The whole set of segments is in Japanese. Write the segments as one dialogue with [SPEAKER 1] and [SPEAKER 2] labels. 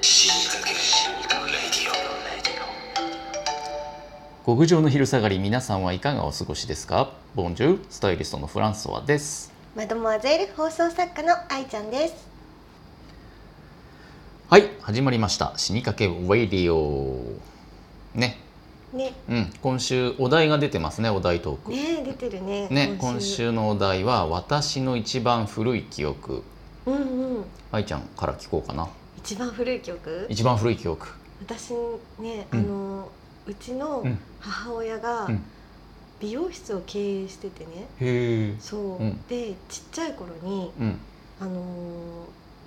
[SPEAKER 1] 死にかけレディオ
[SPEAKER 2] 極上の昼下がり皆さんはいかがお過ごしですかボンジュールスタイリストのフランソワです
[SPEAKER 3] マドモアゼール放送作家の愛ちゃんです。
[SPEAKER 2] はい始まりました死にかけウェイディオね
[SPEAKER 3] ね、
[SPEAKER 2] うん今週お題が出てますねお題トーク
[SPEAKER 3] ね出てるね。
[SPEAKER 2] ね今週のお題は私の一番古い記憶
[SPEAKER 3] うんうん。
[SPEAKER 2] 愛ちゃんから聞こうかな
[SPEAKER 3] 一番古い記憶？
[SPEAKER 2] 一番古い記憶
[SPEAKER 3] 私ね、
[SPEAKER 2] うん
[SPEAKER 3] あのうちの
[SPEAKER 2] うん
[SPEAKER 3] 母親が
[SPEAKER 2] うん
[SPEAKER 3] 美容室を経営しててね。
[SPEAKER 2] へえ
[SPEAKER 3] そう。
[SPEAKER 2] うん
[SPEAKER 3] で、ちっちゃい頃に
[SPEAKER 2] うん
[SPEAKER 3] あのー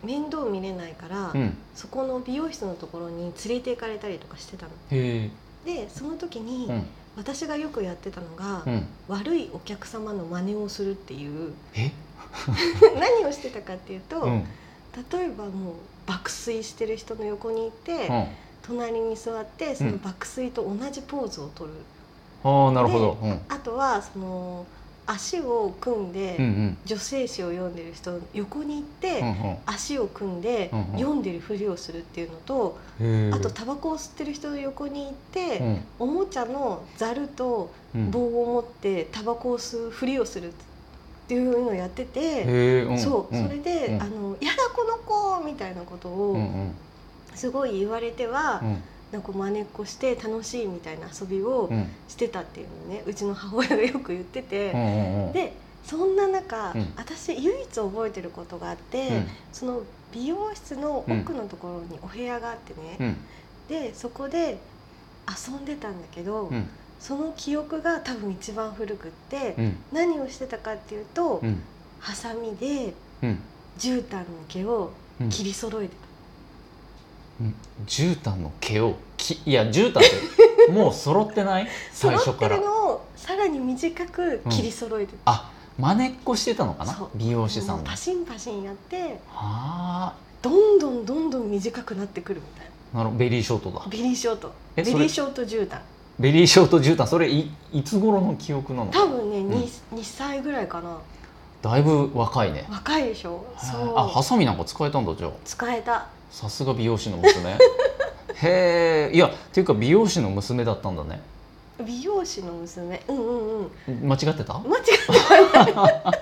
[SPEAKER 3] 面倒見れないから、
[SPEAKER 2] うん
[SPEAKER 3] そこの美容室のところに連れて行かれたりとかしてたの。
[SPEAKER 2] へえ
[SPEAKER 3] で、その時に、
[SPEAKER 2] うん
[SPEAKER 3] 私がよくやってたのが、
[SPEAKER 2] うん
[SPEAKER 3] 悪いお客様の真似をするっていう。
[SPEAKER 2] え
[SPEAKER 3] 何をしてたかっていうと。
[SPEAKER 2] うん
[SPEAKER 3] 例えばもう爆睡してる人の横にいて、
[SPEAKER 2] うん
[SPEAKER 3] 隣に座ってその爆睡と同じポーズをとる、
[SPEAKER 2] ああなるほどうん
[SPEAKER 3] あとはその足を組んで、
[SPEAKER 2] うんうん
[SPEAKER 3] 女性誌を読んでる人の横に行って、
[SPEAKER 2] うんうん
[SPEAKER 3] 足を組んで、
[SPEAKER 2] うんうん
[SPEAKER 3] 読んでるふりをするっていうのと、
[SPEAKER 2] へえ
[SPEAKER 3] あとタバコを吸ってる人の横に行って、
[SPEAKER 2] うん
[SPEAKER 3] おもちゃのざると
[SPEAKER 2] うん
[SPEAKER 3] 棒を持ってタバコを吸うふりをするっていうのをやってて、
[SPEAKER 2] へえうん
[SPEAKER 3] そう、
[SPEAKER 2] うん
[SPEAKER 3] それで、
[SPEAKER 2] うん
[SPEAKER 3] あの「やだこの子!」みたいなことを、
[SPEAKER 2] うんうん
[SPEAKER 3] すごい言われては、
[SPEAKER 2] うん
[SPEAKER 3] なんか真似っこして楽しいみたいな遊びを
[SPEAKER 2] うん
[SPEAKER 3] してたっていうのをねうちの母親がよく言ってて、
[SPEAKER 2] うんうんうん
[SPEAKER 3] でそんな中、
[SPEAKER 2] うん
[SPEAKER 3] 私唯一覚えてることがあって、
[SPEAKER 2] うん
[SPEAKER 3] その美容室の奥のところにお部屋があって
[SPEAKER 2] う
[SPEAKER 3] ね、
[SPEAKER 2] ん
[SPEAKER 3] でそこで遊んでたんだけど、
[SPEAKER 2] うん
[SPEAKER 3] その記憶が多分一番古くって、
[SPEAKER 2] うん
[SPEAKER 3] 何をしてたかっていうと、
[SPEAKER 2] うん
[SPEAKER 3] ハサミで
[SPEAKER 2] うん
[SPEAKER 3] 絨毯の毛を
[SPEAKER 2] うん
[SPEAKER 3] 切り揃えて
[SPEAKER 2] うん絨毯の毛をきいや絨毯ってもう揃ってない
[SPEAKER 3] た、
[SPEAKER 2] 最初
[SPEAKER 3] 揃っ
[SPEAKER 2] か
[SPEAKER 3] て
[SPEAKER 2] ら
[SPEAKER 3] るのをさらに短く切り揃えてた
[SPEAKER 2] あ真似っこしてたのか
[SPEAKER 3] そ
[SPEAKER 2] な
[SPEAKER 3] う
[SPEAKER 2] 美容師さんは
[SPEAKER 3] パシンパシンやって
[SPEAKER 2] あ
[SPEAKER 3] どんどんどんどん短くなってくるみたい
[SPEAKER 2] ーなるほどベリーショートだ
[SPEAKER 3] なベリーショート
[SPEAKER 2] え
[SPEAKER 3] ベリ
[SPEAKER 2] それ
[SPEAKER 3] ーショート絨毯
[SPEAKER 2] ベリーショート絨毯それいいつ頃の記憶なの
[SPEAKER 3] 多分ね、
[SPEAKER 2] ん
[SPEAKER 3] 二 2, 歳ぐらいかな
[SPEAKER 2] だいぶ若いね
[SPEAKER 3] 若いでしょそう
[SPEAKER 2] あハサミなんか使えたんだじゃあ
[SPEAKER 3] 使えた
[SPEAKER 2] さすが美容師の娘へえいやっていうか美容師の娘だったんだね
[SPEAKER 3] 美容師の娘うんうんうん
[SPEAKER 2] 間違ってた
[SPEAKER 3] 間違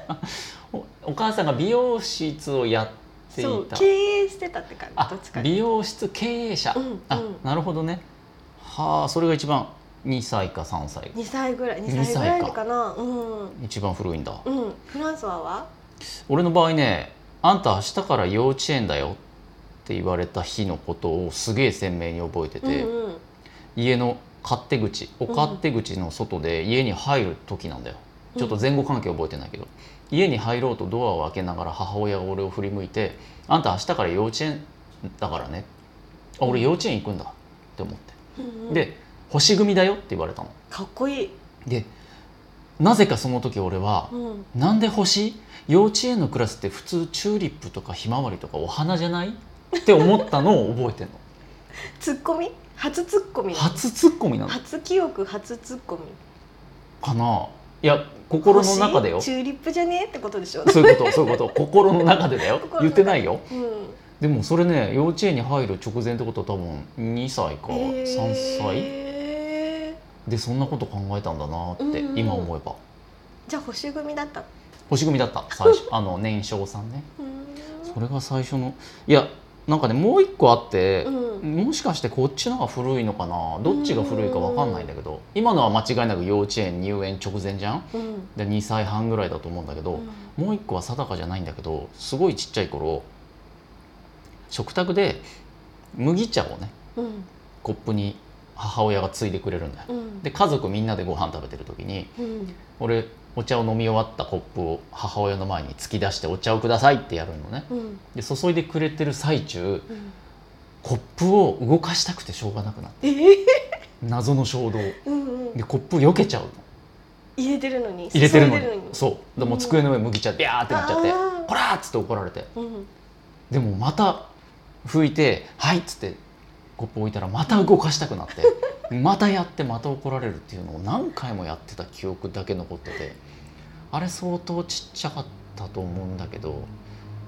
[SPEAKER 2] お お母さんが美容室をやって
[SPEAKER 3] え
[SPEAKER 2] い
[SPEAKER 3] そう
[SPEAKER 2] た
[SPEAKER 3] 経営してたって感じど
[SPEAKER 2] あ
[SPEAKER 3] っちか
[SPEAKER 2] 美容室経営者、
[SPEAKER 3] うんうん
[SPEAKER 2] あなるほどねはあそれが一番2歳か3歳
[SPEAKER 3] 2歳ぐらい
[SPEAKER 2] 二歳
[SPEAKER 3] 2歳
[SPEAKER 2] か
[SPEAKER 3] ぐらいかなうん
[SPEAKER 2] 一番古いんだ
[SPEAKER 3] うんフランソワは
[SPEAKER 2] 俺の場合ね「あんた明日から幼稚園だよ」って言われた日のことをすげえ鮮明に覚えて
[SPEAKER 3] うん
[SPEAKER 2] て、
[SPEAKER 3] うん
[SPEAKER 2] 家の勝手口お勝手口の外で家に入る時なんだよ、
[SPEAKER 3] うん
[SPEAKER 2] ちょっと前後関係覚えてないけど家に入ろうとドアを開けながら母親が俺を振り向いて「あんた明日から幼稚園だからねあ俺幼稚園行くんだ」って思って、
[SPEAKER 3] うんうん
[SPEAKER 2] で「星組だよ」って言われたの
[SPEAKER 3] かっこいい
[SPEAKER 2] でなぜかその時俺は
[SPEAKER 3] うん
[SPEAKER 2] 「なんで星幼稚園のクラスって普通チューリップとかひまわりとかお花じゃない?」って思ったのを覚えてん の
[SPEAKER 3] ツッコミ初ツッコミ
[SPEAKER 2] 初ツッコミなの
[SPEAKER 3] 初記憶初ツッコミ
[SPEAKER 2] かないや心の中でよ
[SPEAKER 3] 欲しいチューリップじゃねえってことでしょ、う
[SPEAKER 2] そういうことそういうこと心の中でだよ
[SPEAKER 3] 心
[SPEAKER 2] 言
[SPEAKER 3] の中で
[SPEAKER 2] ってないよ
[SPEAKER 3] ん、
[SPEAKER 2] でもそれね幼稚園に入る直前ってことは多分2歳か
[SPEAKER 3] え
[SPEAKER 2] 3
[SPEAKER 3] ー
[SPEAKER 2] 歳でそんなこと考えたんだなって
[SPEAKER 3] うんうん
[SPEAKER 2] 今思えば
[SPEAKER 3] じゃあ星組だったの
[SPEAKER 2] 星組だった最 初あの年少さんねそれが最初のいやなんかねもう一個あって
[SPEAKER 3] う、ん、うん、
[SPEAKER 2] もしかしてこっちのが古いのかなどっちが古いか分かんないんだけど今のは間違いなく幼稚園入園直前じゃん
[SPEAKER 3] うん
[SPEAKER 2] で2歳半ぐらいだと思うんだけど、もう一個は定かじゃないんだけどすごいちっちゃい頃食卓で麦茶をね
[SPEAKER 3] うん
[SPEAKER 2] コップに母親がついでくれるんだよ
[SPEAKER 3] うん
[SPEAKER 2] で家族みんなでご飯食べてる時に
[SPEAKER 3] うん
[SPEAKER 2] 俺お茶を飲み終わったコップを母親の前に突き出して「お茶をください」ってやるのね
[SPEAKER 3] うん
[SPEAKER 2] で注いでくれてる最中
[SPEAKER 3] うん
[SPEAKER 2] コップを動かしたくてしょうがなくなって
[SPEAKER 3] えー
[SPEAKER 2] 謎の衝動で
[SPEAKER 3] うんうん
[SPEAKER 2] コップ避けちゃうの
[SPEAKER 3] 入れてるのに
[SPEAKER 2] 入れてるのに
[SPEAKER 3] 注いで
[SPEAKER 2] そうでもう机の上麦茶ビャーってなっちゃって
[SPEAKER 3] あ
[SPEAKER 2] 「
[SPEAKER 3] ー
[SPEAKER 2] こら!」っつって怒られて
[SPEAKER 3] うん
[SPEAKER 2] でもまた拭いて「はい」っつってコップ置いたらまた動かしたくなってまたやってまた怒られるっていうのを何回もやってた記憶だけ残っててあれ相当ちっちゃかったと思うんだけど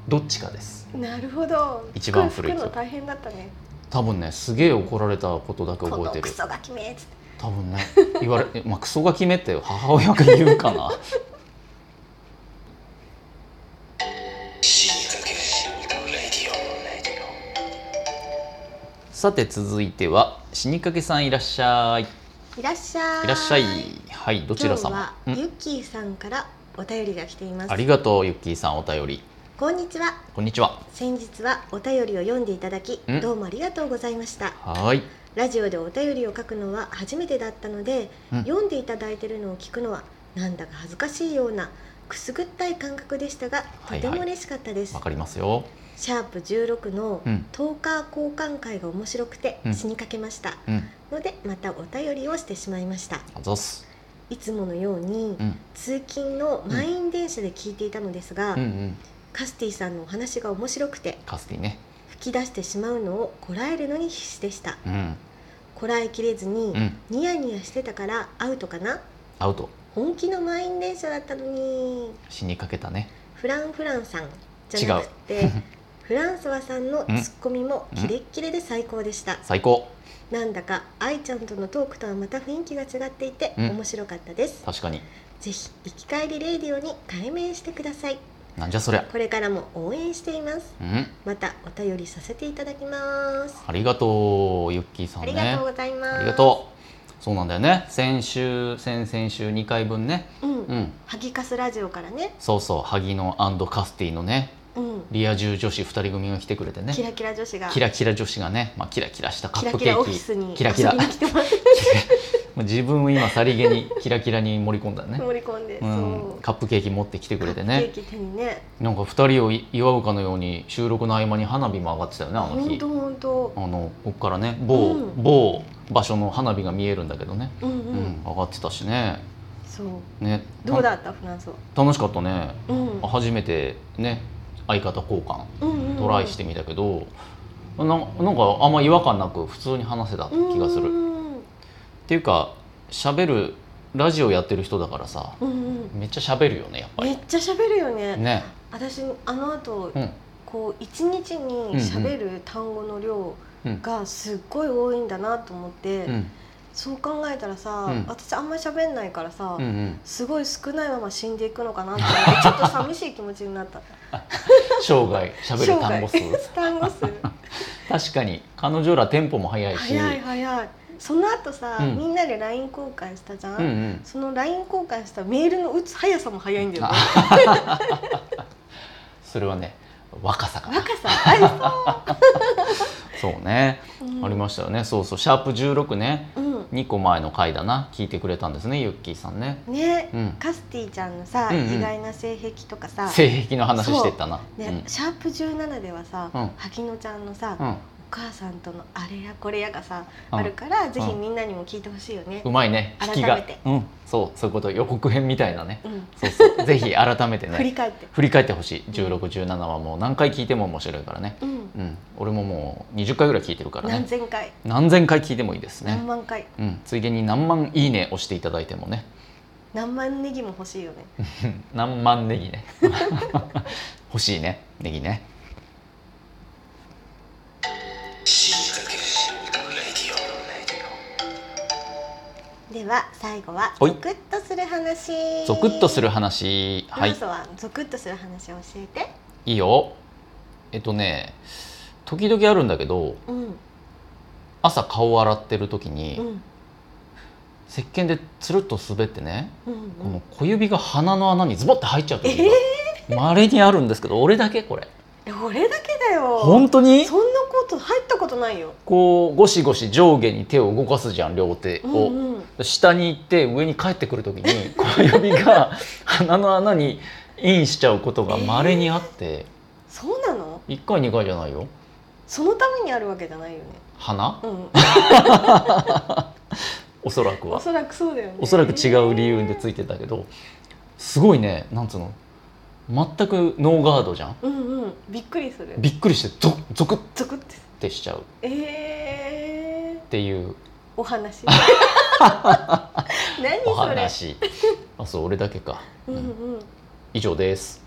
[SPEAKER 2] どっちかです
[SPEAKER 3] なるほど
[SPEAKER 2] 一番古い
[SPEAKER 3] 服
[SPEAKER 2] 記
[SPEAKER 3] の
[SPEAKER 2] 憶
[SPEAKER 3] 大変だったね
[SPEAKER 2] 多分ねすげえ怒られたことだけ
[SPEAKER 3] こ
[SPEAKER 2] 覚
[SPEAKER 3] の
[SPEAKER 2] えて
[SPEAKER 3] ク
[SPEAKER 2] る
[SPEAKER 3] ソガキめっつって
[SPEAKER 2] 多分ね言われ、ま あ、クソガキめって母親が言うかな
[SPEAKER 1] シーズンシールドレディオレディオ
[SPEAKER 2] さて続いては死にかけさんいらっしゃいい
[SPEAKER 3] いらっしゃい
[SPEAKER 2] らっしゃいはいどちら様う
[SPEAKER 3] 今日はユ
[SPEAKER 2] ん
[SPEAKER 3] ッキーさんからお便りが来ています
[SPEAKER 2] ありがとうゆっきーさんお便り
[SPEAKER 3] こんにちは
[SPEAKER 2] こんにちは
[SPEAKER 3] 先日はお便りを読んでいただき
[SPEAKER 2] うん
[SPEAKER 3] どうもありがとうございました
[SPEAKER 2] はーい
[SPEAKER 3] ラジオでお便りを書くのは初めてだったので、
[SPEAKER 2] うん
[SPEAKER 3] 読んでいただいてるのを聞くのはなんだか恥ずかしいようなくすぐったい感覚でしたがと
[SPEAKER 2] いはい
[SPEAKER 3] ても嬉しかったです、
[SPEAKER 2] わかりますよ
[SPEAKER 3] シャープ16の
[SPEAKER 2] うん
[SPEAKER 3] トーカー交換会が面白くて
[SPEAKER 2] うん
[SPEAKER 3] 死にかけました、
[SPEAKER 2] うん
[SPEAKER 3] のでまたお便りをしてしまいました
[SPEAKER 2] あざっす
[SPEAKER 3] いつものように、
[SPEAKER 2] うん
[SPEAKER 3] 通勤の満員電車で聞いていたのですが、
[SPEAKER 2] うんうん
[SPEAKER 3] カスティさんのお話が面白くて
[SPEAKER 2] カスティね
[SPEAKER 3] 吹き出してしまうのをこらえるのに必死でした
[SPEAKER 2] うん
[SPEAKER 3] こらえきれずに、
[SPEAKER 2] うん
[SPEAKER 3] ニヤニヤしてたからアウトかな
[SPEAKER 2] アウト
[SPEAKER 3] 本気の満員電車だったのに
[SPEAKER 2] 死にかけたね
[SPEAKER 3] フランフランさんじゃなくて フランスワさんのツッコミもキレッキレで最高でした
[SPEAKER 2] 最高
[SPEAKER 3] なんだか愛ちゃんとのトークとはまた雰囲気が違っていて
[SPEAKER 2] うん
[SPEAKER 3] 面白かったです
[SPEAKER 2] 確かに
[SPEAKER 3] ぜひ生き返りレディオに改名してください
[SPEAKER 2] なんじゃそりゃ
[SPEAKER 3] これからも応援しています
[SPEAKER 2] うん
[SPEAKER 3] またお便りさせていただきます
[SPEAKER 2] ありがとうゆっきーさん
[SPEAKER 3] あ
[SPEAKER 2] ね
[SPEAKER 3] りがとうございます
[SPEAKER 2] ありがとうそうなんだよね先週先々週2回分ね
[SPEAKER 3] ううん、
[SPEAKER 2] うん
[SPEAKER 3] ハギカスラジオからね
[SPEAKER 2] そうそう萩野カスティのね
[SPEAKER 3] うん
[SPEAKER 2] リア充女子2人組が来てくれてね
[SPEAKER 3] キラキラ女子が
[SPEAKER 2] キラキラ女子がね、まあ、キラキラしたカッ
[SPEAKER 3] キラ
[SPEAKER 2] プ
[SPEAKER 3] キ
[SPEAKER 2] ケ
[SPEAKER 3] ラオ
[SPEAKER 2] ー
[SPEAKER 3] フィ
[SPEAKER 2] キ
[SPEAKER 3] スに
[SPEAKER 2] キラキラ
[SPEAKER 3] 遊びに来てます
[SPEAKER 2] もう自分を今さりげにキラキラに盛り込んだ ね、
[SPEAKER 3] 盛り込んで、
[SPEAKER 2] うん、カップケーキ持ってきてくれてね
[SPEAKER 3] ケーキ手にね
[SPEAKER 2] なんか2人を祝うかのように収録の合間に花火も上がってたよねあの
[SPEAKER 3] 本
[SPEAKER 2] 日
[SPEAKER 3] 当本当
[SPEAKER 2] あのこっからね某,、
[SPEAKER 3] うん
[SPEAKER 2] 某場所の花火が見えるんだけどね、
[SPEAKER 3] うんう、
[SPEAKER 2] うんん上がってたしね
[SPEAKER 3] そう
[SPEAKER 2] ね
[SPEAKER 3] どうだったフランスは
[SPEAKER 2] た楽しかったね
[SPEAKER 3] うん
[SPEAKER 2] 初めてね相方交換
[SPEAKER 3] うんうん
[SPEAKER 2] トライしてみたけど、ななんかあんま違和感なく普通に話せた気がする、
[SPEAKER 3] う
[SPEAKER 2] っ
[SPEAKER 3] ん
[SPEAKER 2] ていうか喋るラジオやってる人だからさ
[SPEAKER 3] うんうん
[SPEAKER 2] めっちゃ喋るよねやっぱ
[SPEAKER 3] め
[SPEAKER 2] り
[SPEAKER 3] っちゃ喋るよね
[SPEAKER 2] ね
[SPEAKER 3] 私あの後、
[SPEAKER 2] うん
[SPEAKER 3] こう一日に喋る単語の量
[SPEAKER 2] うん
[SPEAKER 3] がすっごい多いんだなと思って、
[SPEAKER 2] うん
[SPEAKER 3] そう考えたらさ、
[SPEAKER 2] うん
[SPEAKER 3] 私あんまり喋んないからさ、
[SPEAKER 2] うんうん
[SPEAKER 3] すごい少ないまま死んでいくのかなって思ってちょっと寂しい気持ちになった
[SPEAKER 2] 生涯喋る単語数
[SPEAKER 3] 単語数
[SPEAKER 2] 確かに彼女らテンポも速いし
[SPEAKER 3] 早い早いその後さ、
[SPEAKER 2] うん
[SPEAKER 3] みんなで LINE 交換したじゃ
[SPEAKER 2] う
[SPEAKER 3] ん、
[SPEAKER 2] んうん
[SPEAKER 3] その LINE 交換したメールの打つ速さも速いんだよね
[SPEAKER 2] あ それはね若さかな
[SPEAKER 3] 若さあ
[SPEAKER 2] そうね、
[SPEAKER 3] りそう、う ん
[SPEAKER 2] ありましたよねそうそうシャープ16ね
[SPEAKER 3] う
[SPEAKER 2] 2個前の回だな聞いてくれたんですねユッキーさんね
[SPEAKER 3] んね、
[SPEAKER 2] うん
[SPEAKER 3] カスティちゃんのさ、
[SPEAKER 2] うんうん
[SPEAKER 3] 意外な性癖とかさ、
[SPEAKER 2] 性癖の話してたな
[SPEAKER 3] ねシャープ17ではさ、
[SPEAKER 2] うん
[SPEAKER 3] 萩野ちゃんのさ、
[SPEAKER 2] うんうん
[SPEAKER 3] お母さんとのあれやこれやがさ、
[SPEAKER 2] うん
[SPEAKER 3] あるからぜひみんなにも聞いてほしいよね
[SPEAKER 2] う、まいね引きが
[SPEAKER 3] 改めて
[SPEAKER 2] うんそうそういうこと予告編みたいなね
[SPEAKER 3] うん
[SPEAKER 2] そう そうぜひ改めて
[SPEAKER 3] 振り
[SPEAKER 2] ね
[SPEAKER 3] 返って、
[SPEAKER 2] 振り返ってほしい1617はもう何回聞いても面白いからね
[SPEAKER 3] うん、
[SPEAKER 2] うん俺ももう20回ぐらい聞いてるから
[SPEAKER 3] 何
[SPEAKER 2] ね
[SPEAKER 3] 千回、
[SPEAKER 2] 何千回聞いてもいいですね
[SPEAKER 3] 何万回
[SPEAKER 2] うんついでに何万いいね押していただいてもね
[SPEAKER 3] 何万ネギも欲しいよね
[SPEAKER 2] 何万ネギ ね欲しいねネギね
[SPEAKER 1] シーズンシールドレディオレディオ
[SPEAKER 3] では最後は
[SPEAKER 2] はい
[SPEAKER 3] ゾクッとする話
[SPEAKER 2] ゾクッとする話
[SPEAKER 3] フ
[SPEAKER 2] は
[SPEAKER 3] ラン
[SPEAKER 2] い
[SPEAKER 3] スはゾクッとする話を教えて、
[SPEAKER 2] いいよえっとね時々あるんだけど
[SPEAKER 3] うん
[SPEAKER 2] 朝顔洗ってる時に、
[SPEAKER 3] うん
[SPEAKER 2] 石鹸でつるっと滑ってね、
[SPEAKER 3] うん
[SPEAKER 2] こ
[SPEAKER 3] う
[SPEAKER 2] の
[SPEAKER 3] ん
[SPEAKER 2] 小指が鼻の穴にズボって入っちゃう時が稀にあるんですけど俺だけこれ
[SPEAKER 3] え俺だけだよ
[SPEAKER 2] 本当に
[SPEAKER 3] そんなこと入ったことないよ
[SPEAKER 2] こうゴシゴシ上下に手を動かすじゃん両手
[SPEAKER 3] う
[SPEAKER 2] を、
[SPEAKER 3] んうん
[SPEAKER 2] 下に行って上に帰ってくる時に小指が鼻の穴にインしちゃうことが稀にあって、
[SPEAKER 3] そうなの
[SPEAKER 2] 一1回2回じゃないよ
[SPEAKER 3] そのためにあるわけじゃないよね
[SPEAKER 2] 鼻
[SPEAKER 3] うん
[SPEAKER 2] おそらく
[SPEAKER 3] お
[SPEAKER 2] は
[SPEAKER 3] そらくそうだよね
[SPEAKER 2] おそらく違う理由でついてたけどすごいねなんつうの全くノーガードじゃん
[SPEAKER 3] うんうんびっくりする
[SPEAKER 2] びっくりしてゾゾクッ
[SPEAKER 3] ゾクって
[SPEAKER 2] てしちゃうっ
[SPEAKER 3] えー、
[SPEAKER 2] ていう
[SPEAKER 3] お 話何
[SPEAKER 2] お
[SPEAKER 3] それ
[SPEAKER 2] 話あそう俺だけか、
[SPEAKER 3] うん
[SPEAKER 2] うん
[SPEAKER 3] うん
[SPEAKER 2] 以上です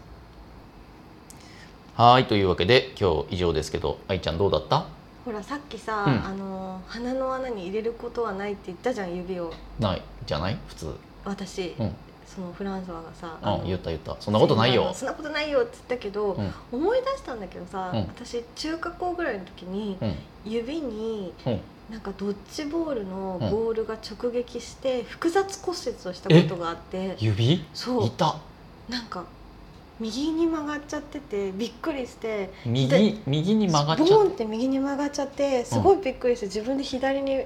[SPEAKER 2] はーいというわけで今日以上ですけど愛ちゃんどうだった
[SPEAKER 3] ほほらさっきさ、
[SPEAKER 2] うん
[SPEAKER 3] あの鼻の穴に入れることはないって言ったじゃん指を
[SPEAKER 2] ないじゃない普通
[SPEAKER 3] 私、
[SPEAKER 2] うん
[SPEAKER 3] そのフランソワがさ、
[SPEAKER 2] う
[SPEAKER 3] の
[SPEAKER 2] ん言った言ったそんなことないよ
[SPEAKER 3] そんなことないよって言ったけど、
[SPEAKER 2] うん
[SPEAKER 3] 思い出したんだけどさ、
[SPEAKER 2] うん
[SPEAKER 3] 私中学校ぐらいの時に
[SPEAKER 2] うん
[SPEAKER 3] 指に
[SPEAKER 2] うん
[SPEAKER 3] なんかドッジボールのボールが直撃して複雑骨折をしたことがあって
[SPEAKER 2] 指い
[SPEAKER 3] そ
[SPEAKER 2] た
[SPEAKER 3] うなんか右に曲がっちゃっててびっくりして
[SPEAKER 2] 右
[SPEAKER 3] で
[SPEAKER 2] 右に曲がっちゃ
[SPEAKER 3] ボ
[SPEAKER 2] っ
[SPEAKER 3] ンって右に曲がっちゃってすごいびっくりして自分で左に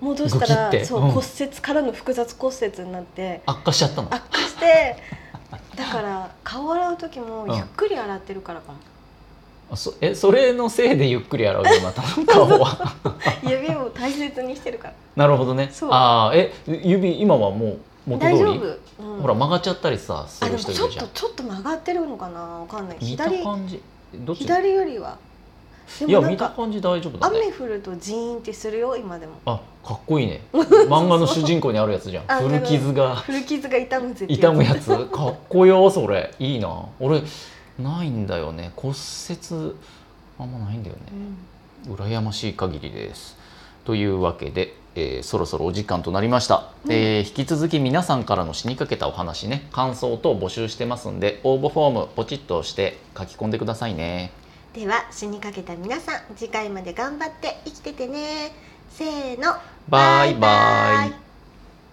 [SPEAKER 3] 戻した
[SPEAKER 2] グキっ
[SPEAKER 3] ら
[SPEAKER 2] て
[SPEAKER 3] そう
[SPEAKER 2] うん
[SPEAKER 3] 骨折からの複雑骨折になって
[SPEAKER 2] 悪化しちゃったの
[SPEAKER 3] 悪 化してだから顔洗う時も
[SPEAKER 2] うん
[SPEAKER 3] ゆっくり洗ってるからかな。
[SPEAKER 2] あそえそれのせいでゆっくり洗うように なったの顔は
[SPEAKER 3] 指を大切にしてるから
[SPEAKER 2] なるほどね
[SPEAKER 3] そう
[SPEAKER 2] ああえ指今はもう元
[SPEAKER 3] 大
[SPEAKER 2] 通
[SPEAKER 3] 丈
[SPEAKER 2] り
[SPEAKER 3] 夫、うん
[SPEAKER 2] ほら曲がっちゃったりさす
[SPEAKER 3] あで
[SPEAKER 2] る
[SPEAKER 3] も
[SPEAKER 2] 人い
[SPEAKER 3] ちょ
[SPEAKER 2] る
[SPEAKER 3] っ
[SPEAKER 2] じゃ
[SPEAKER 3] と
[SPEAKER 2] ん
[SPEAKER 3] ちょっと曲がってるのかなわかんない
[SPEAKER 2] 見た
[SPEAKER 3] 左
[SPEAKER 2] 感じどっち
[SPEAKER 3] 左よりはで
[SPEAKER 2] いや
[SPEAKER 3] もなん
[SPEAKER 2] 見た
[SPEAKER 3] か
[SPEAKER 2] 感じ大丈夫だね
[SPEAKER 3] 雨降るとジーンってするよ今でも
[SPEAKER 2] あかっこ いいね漫画の主人公にあるやつじゃん
[SPEAKER 3] あ
[SPEAKER 2] 古傷が
[SPEAKER 3] 古傷が痛むぜっていう
[SPEAKER 2] 痛むやつかっこよそれいいな俺ないんだよね骨折あんまないんだよね
[SPEAKER 3] うん
[SPEAKER 2] 羨ましい限りです。というわけで、えーそろそろお時間となりました、
[SPEAKER 3] うん
[SPEAKER 2] えー引き続き皆さんからの死にかけたお話ね感想等募集してますんで応募フォームポチッと押して書き込んでくださいね
[SPEAKER 3] では死にかけた皆さん次回まで頑張って生きててねせーの
[SPEAKER 2] バイバイ